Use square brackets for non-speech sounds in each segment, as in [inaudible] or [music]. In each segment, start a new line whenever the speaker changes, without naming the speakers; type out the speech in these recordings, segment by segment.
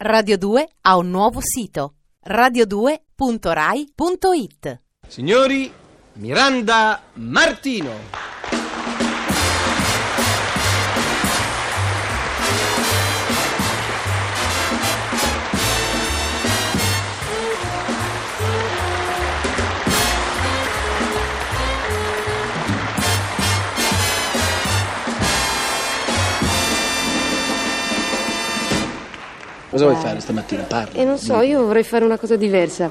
Radio 2 ha un nuovo sito radio2.rai.it
Signori, Miranda Martino. Cosa vuoi fare stamattina? Parla.
E Eh, non so, io vorrei fare una cosa diversa.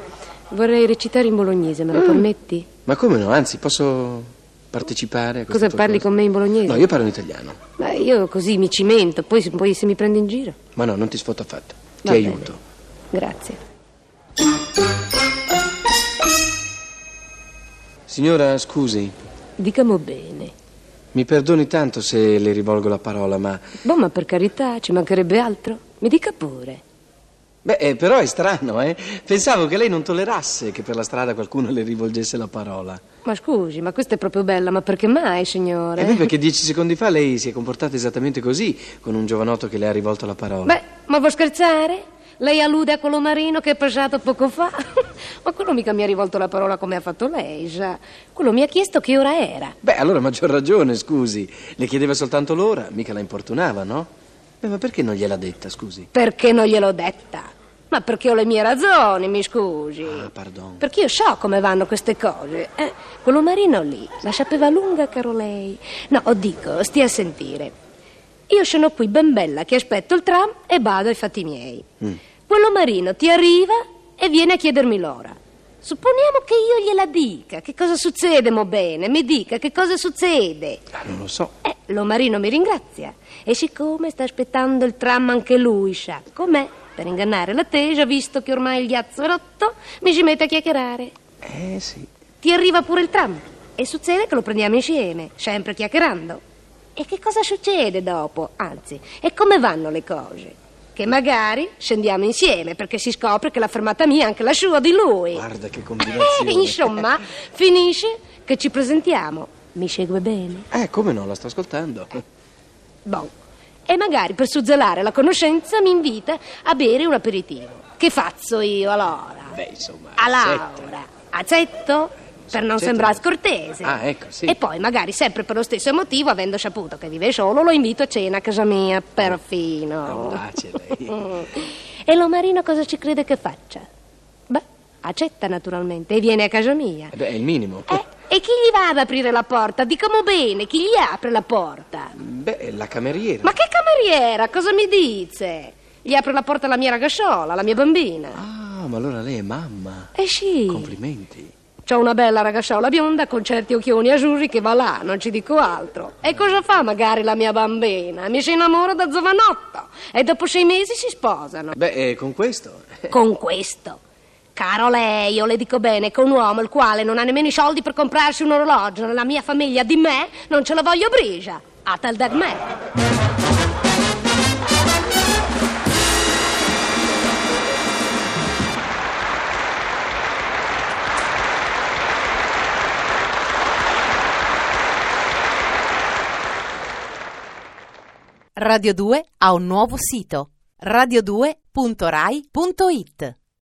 Vorrei recitare in bolognese, me lo
Mm.
permetti?
Ma come no? Anzi, posso partecipare a questa
Cosa
tua
parli
cosa?
con me in bolognese?
No, io parlo in italiano.
Ma io così mi cimento, poi, se- poi se mi prendi in giro.
Ma no, non ti sfotto affatto. Ti
Va bene.
aiuto.
Grazie.
Signora, scusi,
Dicamo Diciamo bene.
mi perdoni tanto se le rivolgo la parola, ma.
Boh, ma per carità, ci mancherebbe altro. Mi dica pure.
Beh, eh, però è strano, eh? Pensavo che lei non tollerasse che per la strada qualcuno le rivolgesse la parola.
Ma scusi, ma questa è proprio bella, ma perché mai, signore?
E beh, perché dieci secondi fa lei si è comportata esattamente così con un giovanotto che le ha rivolto la parola.
Beh, ma vuoi scherzare? Lei allude a quello marino che è passato poco fa? [laughs] ma quello mica mi ha rivolto la parola come ha fatto lei, sa. Quello mi ha chiesto che ora era.
Beh, allora maggior ragione, scusi. Le chiedeva soltanto l'ora, mica la importunava, no? Beh, ma perché non gliel'ha detta, scusi?
Perché non gliel'ho detta? Ma perché ho le mie ragioni, mi scusi.
Ah, pardon.
Perché io so come vanno queste cose. Eh? Quello marino lì la sapeva lunga, caro lei. No, o dico, stia a sentire. Io sono qui ben bella che aspetto il tram e vado ai fatti miei.
Mm.
Quello marino ti arriva e viene a chiedermi l'ora. Supponiamo che io gliela dica. Che cosa succede, mo bene? Mi dica che cosa succede.
Ah, non lo so.
Eh, lo marino mi ringrazia. E siccome sta aspettando il tram anche lui, sa com'è, per ingannare l'attesa, visto che ormai il ghiaccio è rotto, mi ci mette a chiacchierare.
Eh, sì.
Ti arriva pure il tram. E succede che lo prendiamo insieme, sempre chiacchierando. E che cosa succede dopo? Anzi, e come vanno le cose? Che magari scendiamo insieme perché si scopre che la fermata mia è anche la sua di lui.
Guarda
[laughs]
che
Eh,
combinazione.
insomma, finisce che ci presentiamo. Mi segue bene?
Eh, come no, la sto ascoltando. [laughs]
Bon. E magari per suggelare la conoscenza mi invita a bere un aperitivo. Che faccio io allora?
Beh, insomma.
A
accetta.
Laura. Accetto? Per non
accetta.
sembrare scortese.
Ah, ecco, sì.
E poi magari sempre per lo stesso motivo, avendo saputo che vive solo, lo invito a cena a casa mia, perfino. [laughs]
Audace Ah, lei.
e lo marino cosa ci crede che faccia? Beh, accetta naturalmente e viene a casa mia.
Eh, Beh, è il minimo.
Eh, e chi gli va ad aprire la porta? Dicamo bene, chi gli apre la porta?
Beh, la cameriera.
Ma che cameriera? Cosa mi dice? Gli apre la porta la mia ragazzola, la mia bambina.
Ah, ma allora lei è mamma.
Eh sì,
Complimenti.
c'ho una bella ragazzola bionda con certi occhioni azzurri che va là, non ci dico altro. E cosa fa magari la mia bambina? Mi si innamora da giovanotto e dopo sei mesi si sposano.
Beh, eh, con questo.
Con questo. Caro lei, io le dico bene che un uomo il quale non ha nemmeno i soldi per comprarsi un orologio nella mia famiglia di me, non ce la voglio brisa. A tal da me.
Radio 2 ha un nuovo sito radio2.rai.it